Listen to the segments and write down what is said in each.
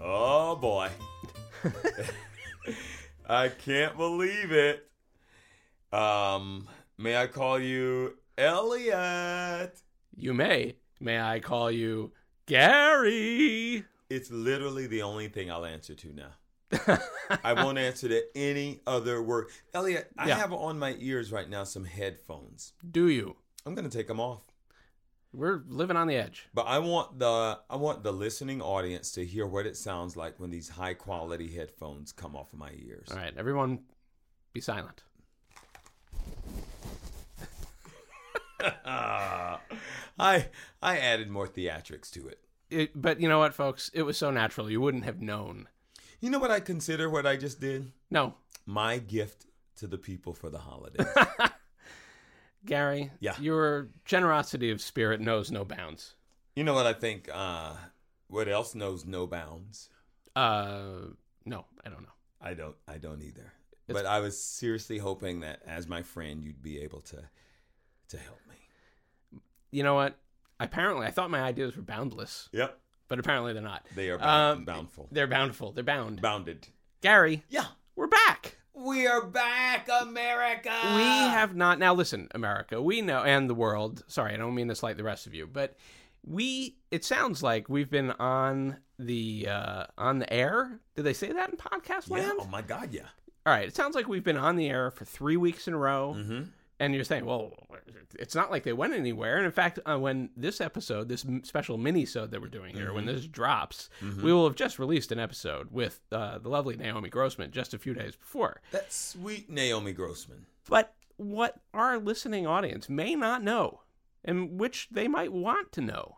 Oh boy. I can't believe it. Um, may I call you Elliot? You may. May I call you Gary? It's literally the only thing I'll answer to now. I won't answer to any other word. Elliot, I Yeah. have on my ears right now some headphones. Do you? I'm going to take them off. We're living on the edge. But I want the I want the listening audience to hear what it sounds like when these high quality headphones come off of my ears. All right, everyone be silent. Ah, I I added more theatrics to it. It, but you know what, folks? It was so natural. You wouldn't have known. You know what I consider what I just did? No, My gift to the people for the holidays. Gary, Yeah. your generosity of spirit knows no bounds. you know what I think uh what else knows no bounds? Uh, no, I don't know. I don't I don't either. but I was seriously hoping that as my friend you'd be able to to help me. You know what? Apparently, I thought my ideas were boundless, Yep. but apparently they're not. They are bound, Um, boundful. They're bountiful. They're bound. Bounded. Gary, Yeah. we're back. We are back, America. we have not now listen america we know and the world sorry i don't mean to slight the rest of you but we it sounds like we've been on the uh on the air did they say that in podcast Yeah. land Oh my God. Yeah. all right it sounds like we've been on the air for three weeks in a row Mm-hmm. and you're saying well it's not like they went anywhere and in fact uh, when this episode this m- special mini sode that we're doing here when this drops mm-hmm. we will have just released an episode with uh, the lovely naomi grossman just a few days before That sweet Naomi Grossman. but what our listening audience may not know, and which they might want to know,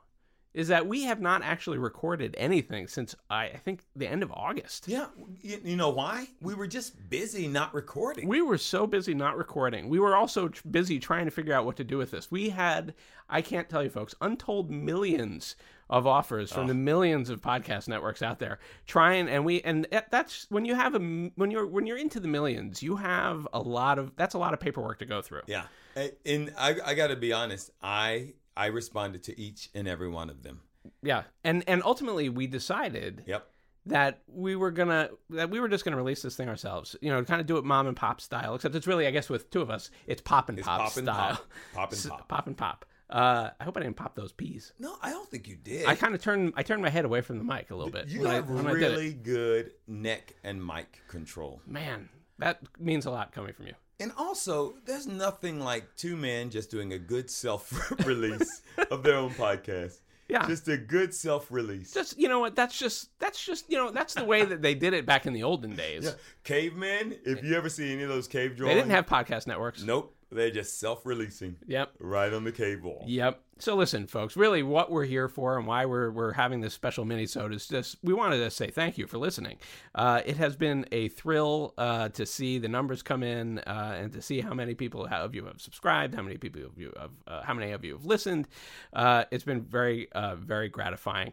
is that we have not actually recorded anything since I, I think the end of August. Yeah. You, you know why? We were just busy not recording. We were so busy not recording. We were also tr- busy trying to figure out what to do with this. We had, I can't tell you folks, untold millions of offers from the millions of podcast networks out there trying and we and that- that's when you have a m- when you're when you're into the millions you have a lot of that's a lot of paperwork to go through yeah. A- And I, I got to be honest. I I responded to each and every one of them. Yeah, and and ultimately we decided Yep. that we were gonna that we were just gonna release this thing ourselves. You know, kind of do it mom and pop style. Except it's really, I guess, with two of us, it's pop and It's pop, pop and style. pop. Pop and S- pop. and pop. Uh, I hope I didn't pop those peas. No, I don't think you did. I kind of turned I turned my head away from the mic a little bit. you when I- have when I did it. really good neck and mic control. man. That means a lot coming from you. And also, there's nothing like two men just doing a good self release of their own podcast. Yeah. Just a good self release. Just you know what? That's just that's just you know that's the way that they did it back in the olden days. Cavemen, if you ever see any of those cave drawings, They didn't have podcast networks. Nope. They're just self releasing Yep. right on the cave wall. Yep. So listen, folks, really what we're here for and why we're, we're having this special mini-sode is just, we wanted to say thank you for listening. Uh, it has been a thrill uh, to see the numbers come in uh, and to see how many people ha- of you have subscribed, how many people of you have, uh, how many of you have listened. Uh, it's been very, uh, very gratifying.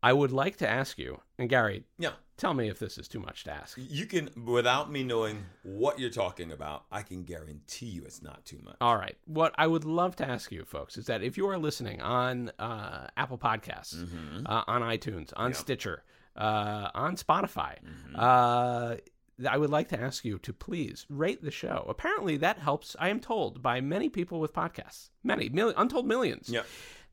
I would like to ask you, and Gary, Yeah. tell me if this is too much to ask. You can, without me knowing what you're talking about, I can guarantee you it's not too much. All right. What I would love to ask you, folks, is that if you are listening on uh, Apple Podcasts, uh, on iTunes, on Stitcher, uh, on Spotify, Mm. uh, th- I would like to ask you to please rate the show. Apparently, that helps. I am told by many people with podcasts, many mil- untold millions, Yeah.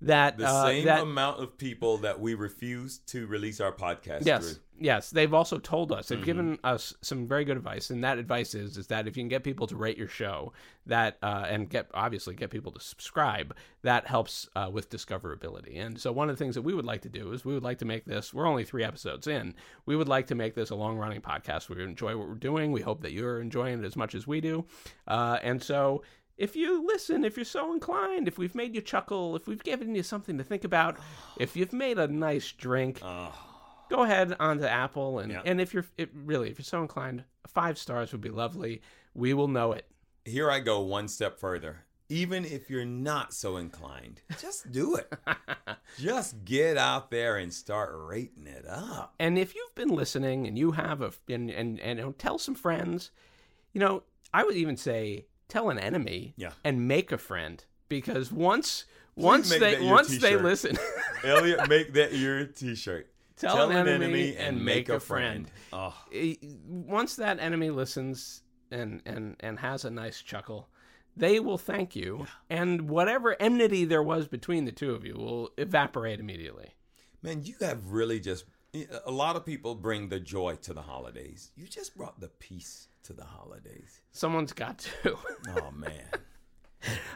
that The uh, same that amount of people that we refuse to release our podcast Yes, through. yes. They've also told us they've given us some very good advice, and that advice is is that if you can get people to rate your show, that uh, and get obviously get people to subscribe, that helps uh, with discoverability. And so one of the things that we would like to do is we would like to make this. We're only three episodes in. We would like to make this a long running podcast. We enjoy what we're doing. We hope that you're enjoying it as much as we do. Uh, and so. If you listen, if you're so inclined, if we've made you chuckle, if we've given you something to think about, if you've made a nice drink, Ah, go ahead onto Apple and Yeah. and if you're it, really if you're so inclined, five stars would be lovely. We will know it. Here I go one step further. Even if you're not so inclined, just do it. just get out there and start rating it up. And if you've been listening and you have a and and and you know, tell some friends, you know, I would even say tell an enemy Yeah. and make a friend because once once make they that your once they t-shirt. listen Elliot, make that your t shirt. Tell, an, enemy, and make a friend. Oh, Eh, Once that enemy listens and and and has a nice chuckle, they will thank you, and whatever enmity there was between the two of you will evaporate immediately. man, you have really just. eh, A lot of people bring the joy to the holidays. You just brought the peace to the holidays. Someone's got to. Oh man,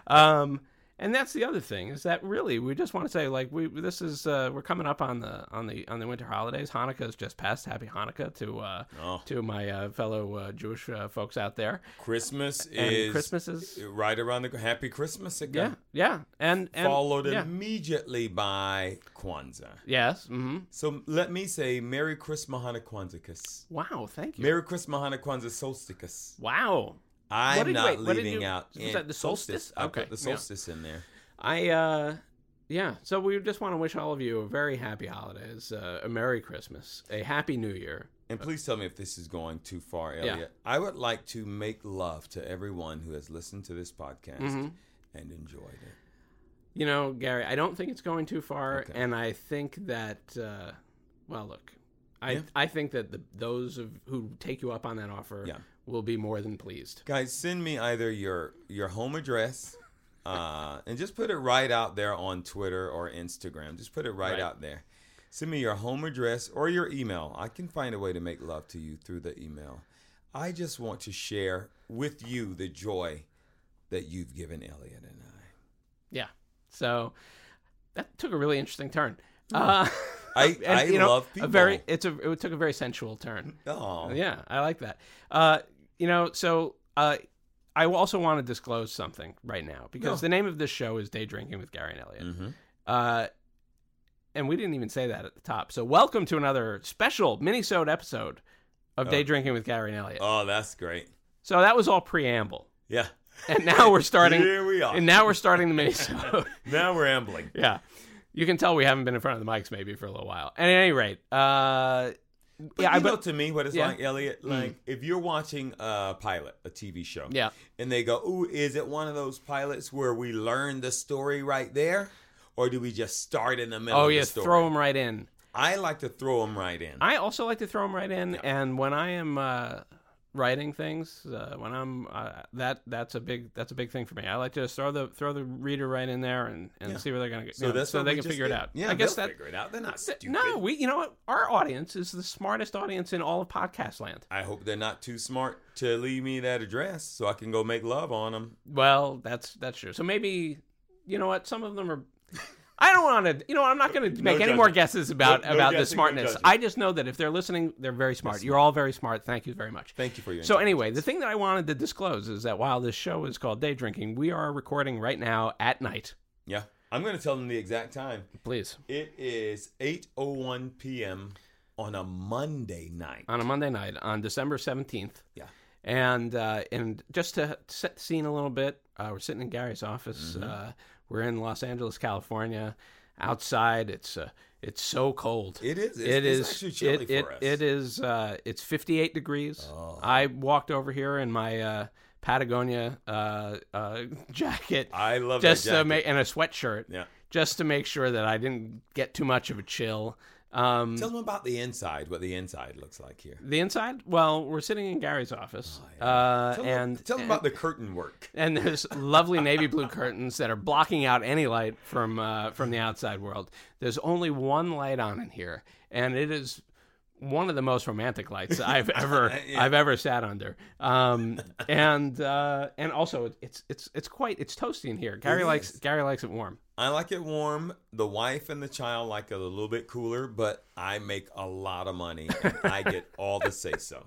um and that's the other thing is that really we just want to say like we this is uh we're coming up on the on the on the winter holidays hanukkah's just passed happy hanukkah to uh Oh. to my uh, fellow uh, jewish uh, folks out there Christmas and is christmas is right around the Happy Christmas yeah again. yeah and, and Followed yeah. immediately by Kwanzaa. yes hmm So let me say Merry Christmas Kwanzaa. wow thank you Merry Christmas Kwanzaa solstice. wow What I'm did- not wait, what did leaving you- out. was in- that the solstice? I Okay, put the yeah. solstice in there. I uh yeah, so we just want to wish all of you a very happy holidays, uh, a Merry Christmas, a Happy New Year. And please tell me if this is going too far, Elliot. I would like to make love to everyone who has listened to this podcast and enjoyed it. You know, Gary, I don't think it's going too far, Okay. and I think that uh, well, look, I Yeah. I think that the, those of who take you up on that offer Yeah. will be more than pleased. Guys, send me either your your home address uh, and just put it right out there on Twitter or Instagram. Just put it right, Right. out there. Send me your home address or your email. I can find a way to make love to you through the email. I just want to share with you the joy that you've given Elliot and I. Yeah. So that took a really interesting turn. Uh, Hmm. I- I love A very people. it's a it took a very sensual turn. Oh, Yeah, I like that. Uh, you know, so uh, I also want to disclose something right now because No. the name of this show is Day Drinking with Gary and Elliot. Mm-hmm. Uh, and we didn't even say that at the top. So welcome to another special minisode episode of Day Drinking with Gary and Elliot. oh, that's great. so that was all preamble, Yeah, and now we're starting. Here we are. And now we're starting the minisode. now we're ambling. yeah, you can tell we haven't been in front of the mics maybe for a little while. And at any rate, uh, But yeah, you I know but to me what it's Yeah. Mm. like, Elliot. Like if you're watching a pilot, a TV show, Yeah. and they go, "Ooh, is it one of those pilots where we learn the story right there, or do we just start in the middle?" oh of yeah, the story? throw them right in. I like to throw them right in. I also like to throw them right in, and when I am uh, writing things, uh, when I'm uh, that that's a big that's a big thing for me. I like to just throw the throw the reader right in there and, and see where they're gonna go. you know, so what they we can just figure it did. out. Yeah, I guess they'll that figure it out. They're not stupid. no, we you know what our audience is the smartest audience in all of podcast land. I hope they're not too smart to leave me that address so I can go make love on them. Well, that's that's true. So maybe you know what some of them are. I don't want to. You know, I'm not going to make any judgment. more guesses about No- no about the guessing, no smartness. judgment. I just know that if they're listening, they're very smart. You're all very smart. Thank you very much. Thank you for your So anyway, the thing that I wanted to disclose is that while this show is called Day Drinking, we are recording right now at night. yeah. I'm going to tell them the exact time. Please, It is 8:01 p.m. on a Monday night. on a Monday night on December seventeenth, yeah. and uh, and just to set the scene a little bit, uh, we're sitting in Gary's office. Mm-hmm. Uh, we're in Los Angeles, California. Outside, it's uh, it's so cold. It is. It's, It it's is. actually chilly it, for us. Oh. it, it is. Uh, it's 58 degrees. I walked over here in my uh, Patagonia uh, uh, jacket, I love just that to jacket. make and a sweatshirt, yeah. just to make sure that I didn't get too much of a chill. Um, Tell them about the inside. What the inside looks like here. the inside. Well, we're sitting in Gary's office, uh, Oh, Tell them, and tell them about the curtain work. and there's lovely navy blue curtains that are blocking out any light from uh, from the outside world. There's only one light on in here, and it is one of the most romantic lights I've ever I've ever sat under. Um, and uh, and also it's it's it's quite it's toasty in here. Gary It likes is. Gary likes it warm. I like it warm. The wife and the child like it a little bit cooler, but I make a lot of money and I get all the say so.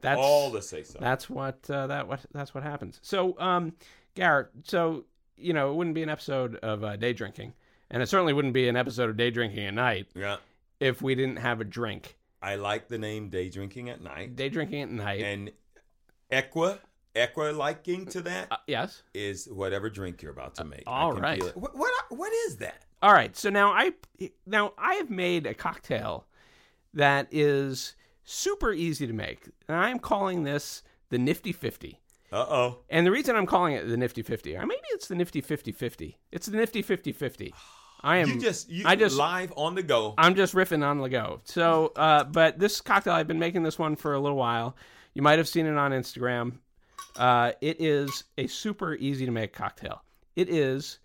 That's All the say so. that's what uh, that what that's what happens. So um, Garrett, so you know it wouldn't be an episode of uh, day drinking, and it certainly wouldn't be an episode of day drinking at night Yeah. if we didn't have a drink. I like the name day drinking at night day drinking at night. and equa equa liking to that Uh, yes. is whatever drink you're about to make. I all can right. feel it. What, what what is that? All right. So now I now I have made a cocktail that is super easy to make. And I'm calling this the Nifty 50. Uh oh. And the reason I'm calling it the Nifty 50, or maybe it's the Nifty 50 50. It's the Nifty 50 50. I am You just you I just live on the go. I'm just riffing on the go. So, uh, but this cocktail, I've been making this one for a little while. You might have seen it on Instagram. Uh, it is a super easy to make cocktail. It is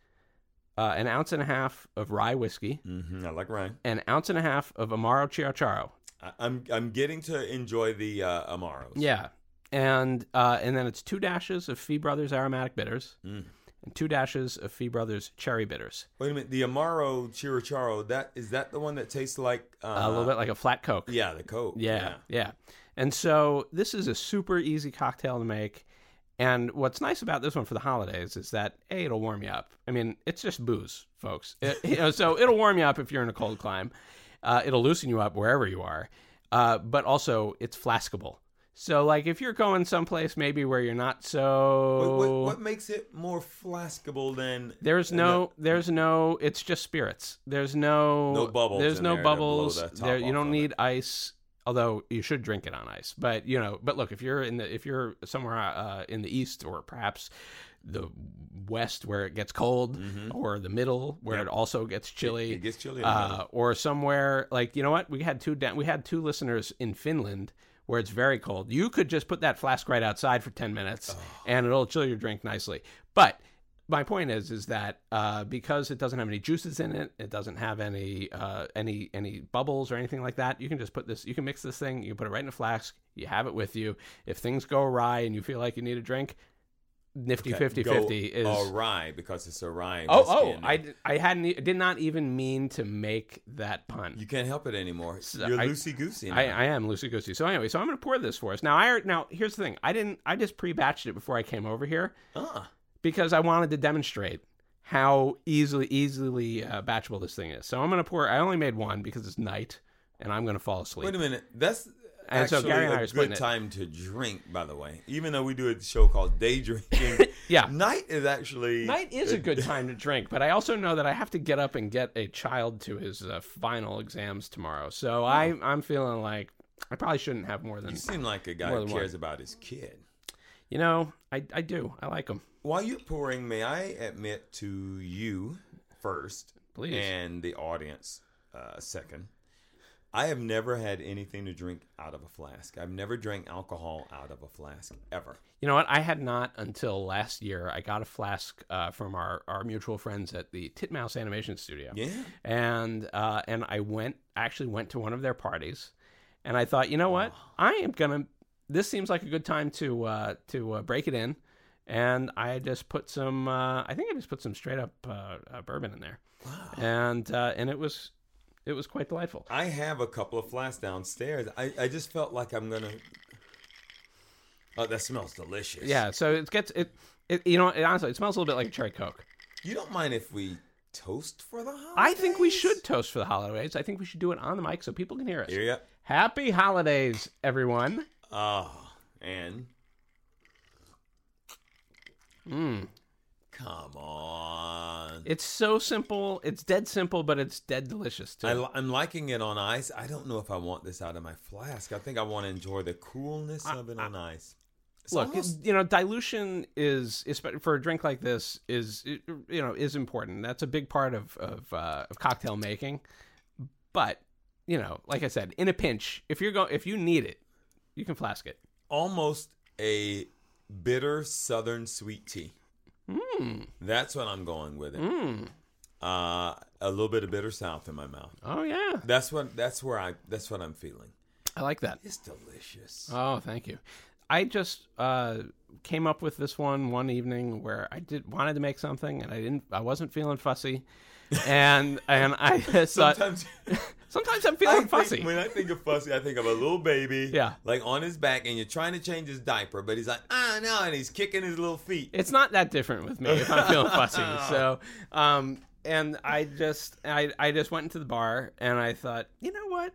uh, an ounce and a half of rye whiskey, hmm I like Ryan. an ounce and a half of Amaro Chiocharo. I, I'm I'm getting to enjoy the uh, amaros. Yeah, and uh, and then it's two dashes of Fee Brothers aromatic bitters Mm. and two dashes of Fee Brothers cherry bitters. Wait a minute, the amaro chiricharo. That is that the one that tastes like uh, a little bit like a flat Coke. Yeah, the coke. Yeah, yeah. And so this is a super easy cocktail to make. And what's nice about this one for the holidays is that a it'll warm you up. I mean, it's just booze, folks. It- you know, so it'll warm you up if you're in a cold climb. Uh, it'll loosen you up wherever you are. Uh, but also, it's flaskable. So, like, if you're going someplace maybe where you're not What, so what, what makes it more flaskable than there's and no, there's no. It's just spirits. There's no No bubbles There's in no there to blow bubbles. the top There, you off don't of need ice. Although you should drink it on ice, but you know. But look, if you're in the if you're somewhere uh, in the east or perhaps the west where it gets cold, or the middle where it also gets chilly, Mm-hmm. It gets chilly. in the middle. uh, or somewhere like you know what we had two da- we had two listeners in Finland where it's very cold. You could just put that flask right outside for ten minutes Oh. and it'll chill your drink nicely. But my point is is that uh, because it doesn't have any juices in it, it doesn't have any uh, any any bubbles or anything like that. You can just put this. You can mix this thing. You can put it right in a flask. You have it with you. If things go awry and you feel like you need a drink. Nifty Okay, fifty go fifty is awry because it's awry. Oh, whiskey oh! and I, d- I hadn't e- did not even mean to make that pun. you can't help it anymore. So You're I- loosey goosey. I, I am loosey goosey. So anyway, so I'm going to pour this for us now. I alre- now here's the thing. I didn't. I just pre-batched it before I came over here uh, because I wanted to demonstrate how easily easily uh, batchable this thing is. So I'm going to pour. I only made one because it's night and I'm going to fall asleep. wait a minute. That's And so actually Gary and I are a splitting good it. time to drink. By the way, even though we do a show called Day Drinking, Yeah. night is actually Night is a good time to drink, but I also know that I have to get up and get a child to his uh, final exams tomorrow. So I I'm feeling like I probably shouldn't have more than You seem like a guy More who than one. cares about his kid. You know, I, I do. I like them. While you're pouring, may I admit to you first, Please. and the audience uh, second. I have never had anything to drink out of a flask. I've never drank alcohol out of a flask ever. You know what? I had not until last year. I got a flask uh, from our, our mutual friends at the Titmouse Animation Studio. Yeah, And uh, and I went actually went to one of their parties, and I thought, you know Oh. what? I am gonna. This seems like a good time to uh, to uh, break it in, and I just put some. Uh, I think I just put some straight up uh, uh, bourbon in there, Wow. and uh, and it was it was quite delightful. I have a couple of flasks downstairs. I, I just felt like I'm gonna. Oh, that smells delicious. Yeah. So it gets it. It, you know, it, honestly, it smells a little bit like a cherry coke. You don't mind if we toast for the holidays? I think we should toast for the holidays. I think we should do it on the mic so people can hear us. Here you go. Happy holidays, everyone. Oh, and Mm. come on. It's so simple. It's dead simple, but it's dead delicious too. I, li- I'm liking it on ice. I don't know if I want this out of my flask. I think I want to enjoy the coolness of it on ice. It's Look, almost- you know, dilution is, is for a drink like this is you know is important. That's a big part of of, uh, of cocktail making. But you know, like I said, in a pinch, if you're going, if you need it, you can flask it. almost a bitter southern sweet tea. That's what I'm going with it. Uh, a little bit of bitter south in my mouth. Oh yeah, That's what. That's where I. That's what I'm feeling. Uh, I like that. It's delicious. Oh, thank you. I just uh, came up with this one one evening where I did wanted to make something and I didn't. I wasn't feeling fussy, and and I just thought Sometimes sometimes I'm I feeling think- fussy. when I think of fussy, I think of a little baby. Yeah. Like on his back, and you're trying to change his diaper, but he's like, ah, no, and he's kicking his little feet. It's not that different with me if I'm feeling fussy. So, um, and I just I I just went into the bar and I thought, you know what,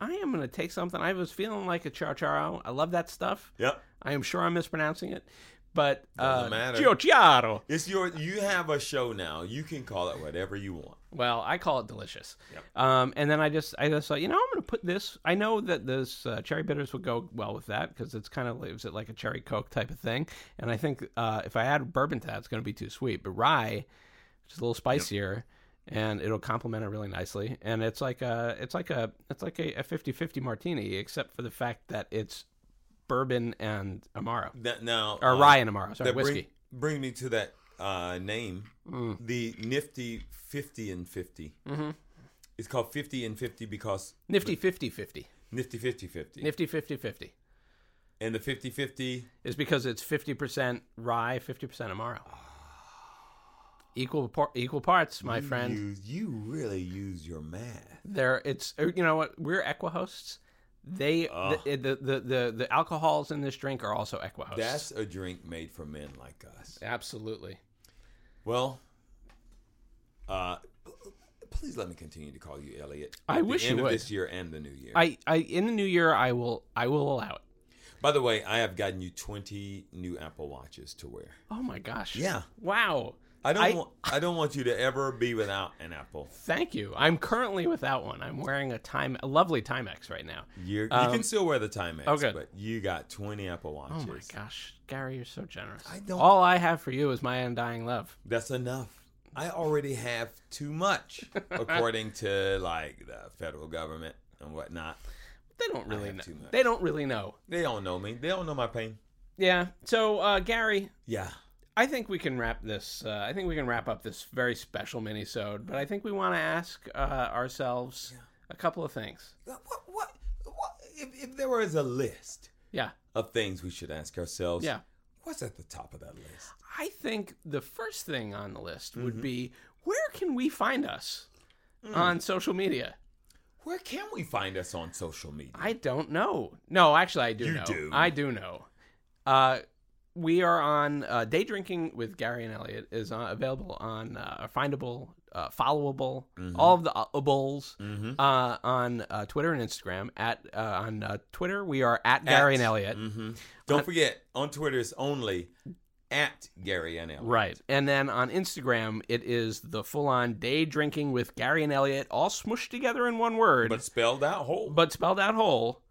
I am gonna take something. I was feeling like a charcharo. I love that stuff. Yep. I am sure I'm mispronouncing it, but uh, Doesn't matter. Giugiaro. It's your. You have a show now. You can call it whatever you want. Well, I call it delicious. Yep. Um, and then I just I just thought, you know, I'm going to put this. I know that this uh, cherry bitters would go well with that because it's kind of leaves it like a cherry coke type of thing. And I think uh, if I add bourbon to that, it's going to be too sweet. But rye, which is a little spicier, and it'll complement it really nicely. And it's like a it's like a it's like a, a 50-50 martini, except for the fact that it's bourbon and amaro That, now, or uh, rye and amaro. Sorry, that bring- whiskey. Mm. Bring, me to that uh, name, the nifty fifty and 50 Mhm. It's called fifty and fifty because Nifty 50-50. nifty 50 50. Nifty 50-50 and the 50 50 is because it's fifty percent rye, fifty percent amaro. Equal par- equal parts, my friend. You, you really use your math. There, it's er, you know what we're equa hosts. They the, the, the the the alcohols in this drink are also equa hosts. That's a drink made for men like us. absolutely. Well, uh, please let me continue to call you Elliot. I at the wish you end of would. This year and the new year. I I in the new year I will I will allow it. By the way, I have gotten you 20 new Apple Watches to wear. Oh my gosh. Yeah. Wow. I don't. I- want, I don't want you to ever be without an Apple. Thank you. I'm currently without one. I'm wearing a time a lovely Timex right now. You're, Um, you can still wear the Timex, oh, good. but you got 20 Apple Oh Watches. my gosh, Gary, you're so generous. I don't- All I have for you is my undying love. That's enough. I already have too much, according to like the federal government and whatnot. They don't really have know. too much. They don't really know. They don't know me. They don't know my pain. Yeah. So, uh, Gary, Yeah. I think we can wrap this. Uh, I think we can wrap up this very special minisode. But I think we want to ask uh, ourselves a couple of things. What? What? what if, if there was a list Yeah. of things we should ask ourselves, Yeah. what's at the top of that list? I think the first thing on the list would Mm-hmm. be where can we find us Mm. on social media? Where can we find us on social media? I don't know. No, actually, I do You know. do. I do know. Uh, we are on uh, Day Drinking with Gary and Elliot is uh, available on uh, findable, uh, followable, Mm-hmm. all of the ables uh, on uh, Twitter and Instagram. At uh, on uh, Twitter, we are at Gary and Elliot. hmm Don't forget, on Twitter it's only at Gary and Elliot. Right. And then on Instagram, it is the full on day drinking with Gary and Elliot, all smushed together in one word, But but, spelled out whole. spelled out whole.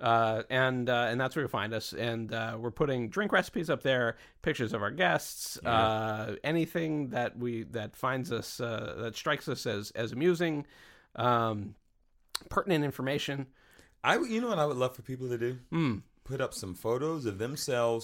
Uh, and uh, and that's where you'll find us. And uh, we're putting drink recipes up there, pictures of our guests, uh, anything that we that finds us uh, that strikes us as as amusing, um, pertinent information. I, you know what I would love for people to do? Mm. Put up some photos of themselves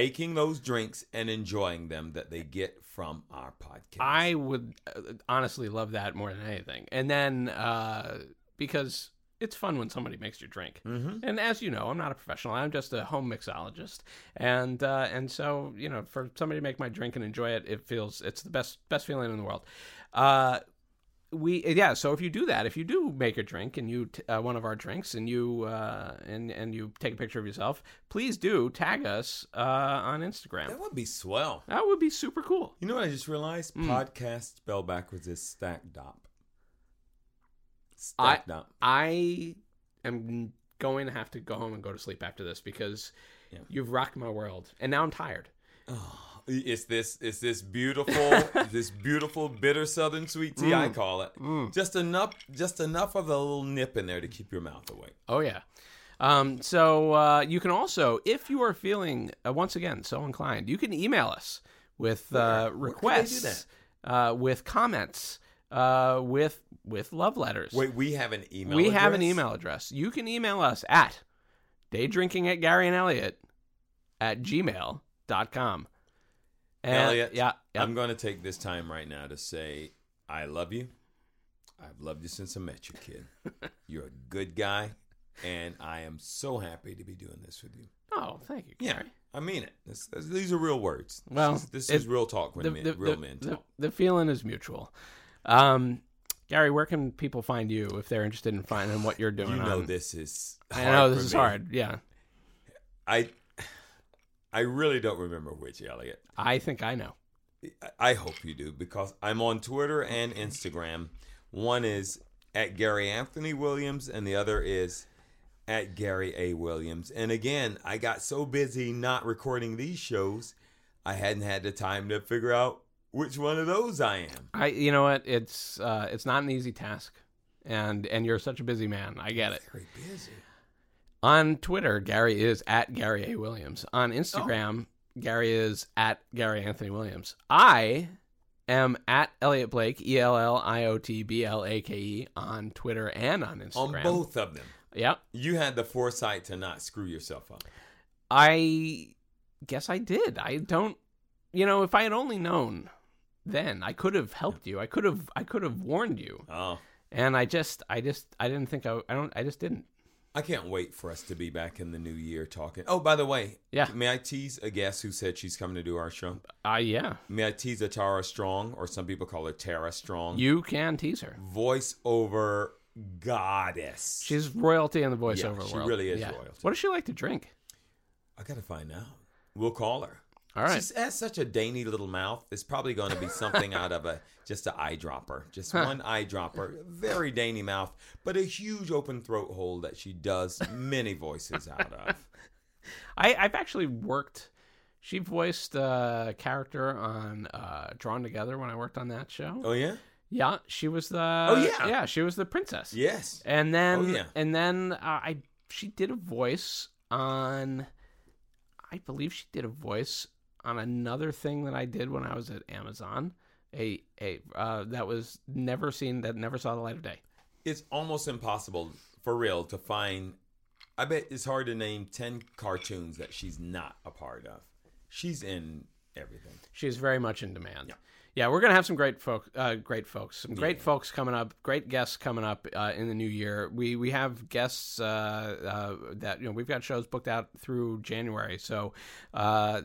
making those drinks and enjoying them that they get from our podcast. I would uh, honestly love that more than anything. And then uh, because it's fun when somebody makes your drink. mm-hmm. And as you know, I'm not a professional. I'm just a home mixologist, and uh, and so you know, for somebody to make my drink and enjoy it, it feels it's the best best feeling in the world. Uh, we yeah. So if you do that, if you do make a drink and you t- uh, one of our drinks and you uh, and and you take a picture of yourself, please do tag us uh, on Instagram. That would be swell. That would be super cool. You know what I just realized? Hmm. Podcast spelled backwards is stack dop. Stack dop. I am going to have to go home and go to sleep after this because Yeah. you've rocked my world, and now I'm tired. It's this it's this beautiful this beautiful bitter southern sweet tea Hmm. I call it. Just enough just enough of the little nip in there to keep your mouth awake. Oh yeah. Um, so uh, you can also, if you are feeling uh, once again so inclined, you can email us with uh, requests, uh, with comments, uh, with with love letters. Wait, we have an email. we have an address? email address. You can email us at daydrinking at Gary and Elliot at gmail.com. And, Elliot, yeah, yeah. I'm going to take this time right now to say I love you. I've loved you since I met you, kid. You're a good guy, and I am so happy to be doing this with you. oh, thank you. Yeah, Gary. I mean it. This, this- these are real words. This Well, is- this it- is real talk when men, real men the, talk. the feeling is mutual. Um, Gary, where can people find you if they're interested in finding what you're you doing? know on- this is. I hard know for this is me. hard. Yeah, I I really don't remember which Elliot. I think I know. I- I hope you do because I'm on Twitter and Instagram. One is at Gary Anthony Williams, and the other is at Gary A. Williams. And again, I got so busy not recording these shows, I hadn't had the time to figure out which one of those I am. I, you know what? It's uh, it's not an easy task, and and you're such a busy man. I get it. Very busy. On Twitter, Gary is at Gary A Williams. On Instagram, Gary is at Gary Anthony Williams. I am at Elliot Blake, E L L I O T B L A K E, on Twitter and on on Instagram. both of them. Yep. You had the foresight to not screw yourself up. I guess I did. I don't. You know, if I had only known then, I could have helped you. I could have. I could have warned you. Oh, And I just. I just. I didn't think. I. I don't. I just didn't. I can't wait for us to be back in the new year talking. Oh, by the way, Yeah. may I tease a guest who said she's coming to do our show? Uh, yeah. May I tease a Tara Strong, or some people call her Tara Strong, You can tease her. voiceover goddess. She's royalty in the voiceover she world. really is royalty. What does she like to drink? I gotta find out. We'll call her. All right. She has such a dainty little mouth. It's probably going to be something out of a just an eyedropper, just one eyedropper. Very dainty mouth, but a huge open throat hole that she does many voices out of. I, I've actually worked. She voiced a character on uh, Drawn Together when I worked on that show. Oh yeah, Yeah, she was the. Oh, yeah. yeah, she was the princess. yes. And then Oh, yeah. and then uh, I she did a voice on I believe she did a voice on another thing that I did when I was at Amazon. A a uh, that was never seen that never saw the light of day. It's almost impossible for real to find. I bet it's hard to name ten cartoons that she's not a part of. She's in everything. She's very much in demand. Yeah, we're gonna have some great folk, uh, great folks, some great folks coming up, great guests coming up uh, in the new year. We we have guests uh, uh, that you know we've got shows booked out through January. So, uh,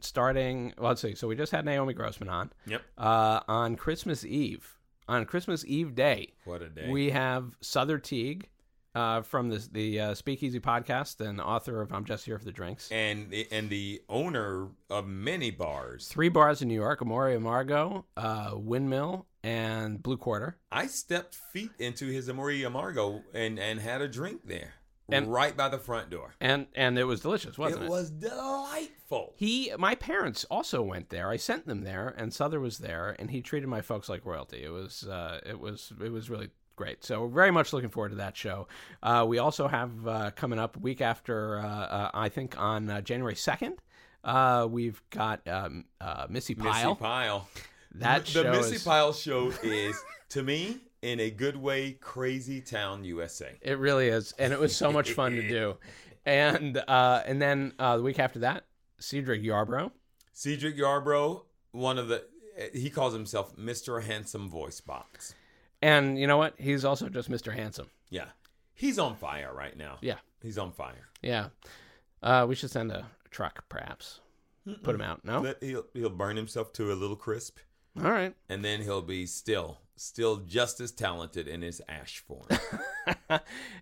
starting well, let's see. So we just had Naomi Grossman on. Yep. Uh, on Christmas Eve, on Christmas Eve day, What a day. we have Souther Teague. Uh, from the the uh, Speakeasy podcast and author of "I'm Just Here for the Drinks," and the, and the owner of many bars. three bars in New York: Amore Amargo, uh, Windmill, and Blue Quarter. I stepped feet into his Amori Amargo and and had a drink there, And- right by the front door. And and it was delicious, wasn't it? it was delightful. He, my parents also went there. I sent them there, and Souther was there, and he treated my folks like royalty. It was, uh, it was, it was really great. So we're very much looking forward to that show. Uh, we also have uh, coming up week after, uh, uh, I think on uh, January second. Uh, we've got um, uh, Missy Pyle. Missy Pyle. That the show Missy is- Pyle show is to me in a good way crazy town USA. It really is, and it was so much fun to do. And uh, and then uh, the week after that, Cedric Yarbrough. Cedric Yarbrough, one of the he calls himself Mr. Handsome Voice Box. And you know what? He's also just Mr. Handsome. Yeah. He's on fire right now. Yeah. He's on fire. Yeah. Uh, we should send a truck, perhaps. Put him out. No? Let- He'll, he'll burn himself to a little crisp. All right. and then he'll be still still just as talented in his ash form.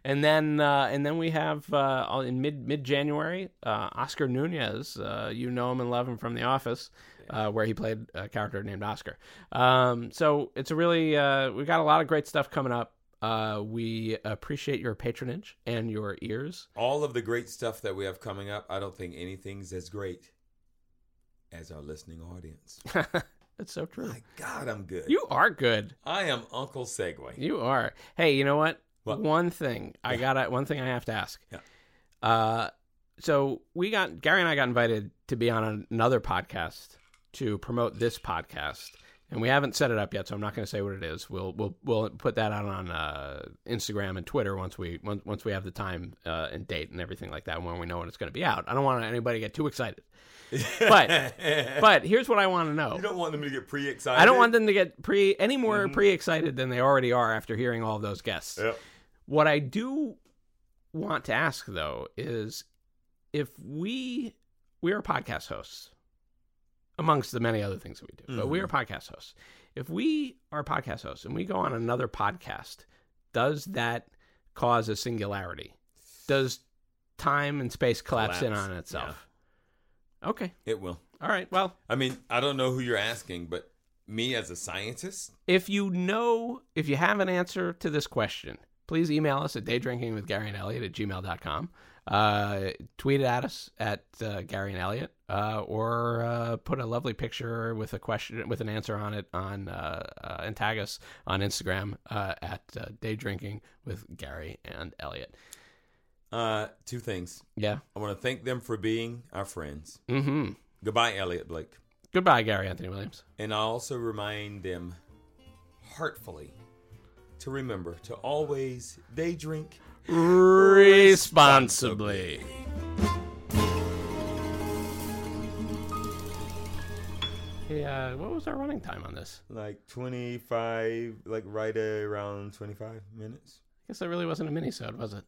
and then uh, and then we have uh, all- in mid mid January, uh, Oscar Nunez. Uh, you know him and love him from The Office, uh, where he played a character named Oscar. Um, so it's a really uh, we got a lot of great stuff coming up. Uh, we appreciate your patronage and your ears. All of the great stuff that we have coming up, I don't think anything's as great as our listening audience. That's so true. My God, I'm good. You are good. I am Uncle Segway. You are. Hey, you know what? What? One thing I got. to One thing I have to ask. Yeah. Uh, so we got Gary and I got invited to be on another podcast to promote this podcast, and we haven't set it up yet, so I'm not going to say what it is. We'll we'll we'll put that out on uh, Instagram and Twitter once we once, once we have the time uh, and date and everything like that when we know when it's going to be out. I don't want anybody to get too excited, but but here's what I want to know. you don't want them to get pre excited. I don't want them to get pre any more Mm-hmm. pre excited than they already are after hearing all of those guests. Yep. What I do want to ask though is if we we are podcast hosts amongst the many other things that we do, but we are podcast hosts. If we are podcast hosts and we go on another podcast, does that cause a singularity? Does time and space collapse, in Collapse, on itself? Okay. It will. All right. Well, I mean, I don't know who you're asking, but me as a scientist, If you know, if you have an answer to this question, please email us at daydrinkingwithgaryandelliot at gmail.com. Uh, tweet at us at uh, Gary and Elliot, uh, or uh, put a lovely picture with a question with an answer on it on uh, uh, and tag us on Instagram uh, at uh, Day Drinking with Gary and Elliot. uh, two things. Yeah. I want to thank them for being our friends. Mm-hmm. Goodbye, Elliot Blake. Goodbye, Gary Anthony Williams. And I also remind them heartfully to remember to always they drink Responsibly. Hey, uh, what was our running time on this? like 25 like right around 25 minutes I guess that really wasn't a minisode, was it?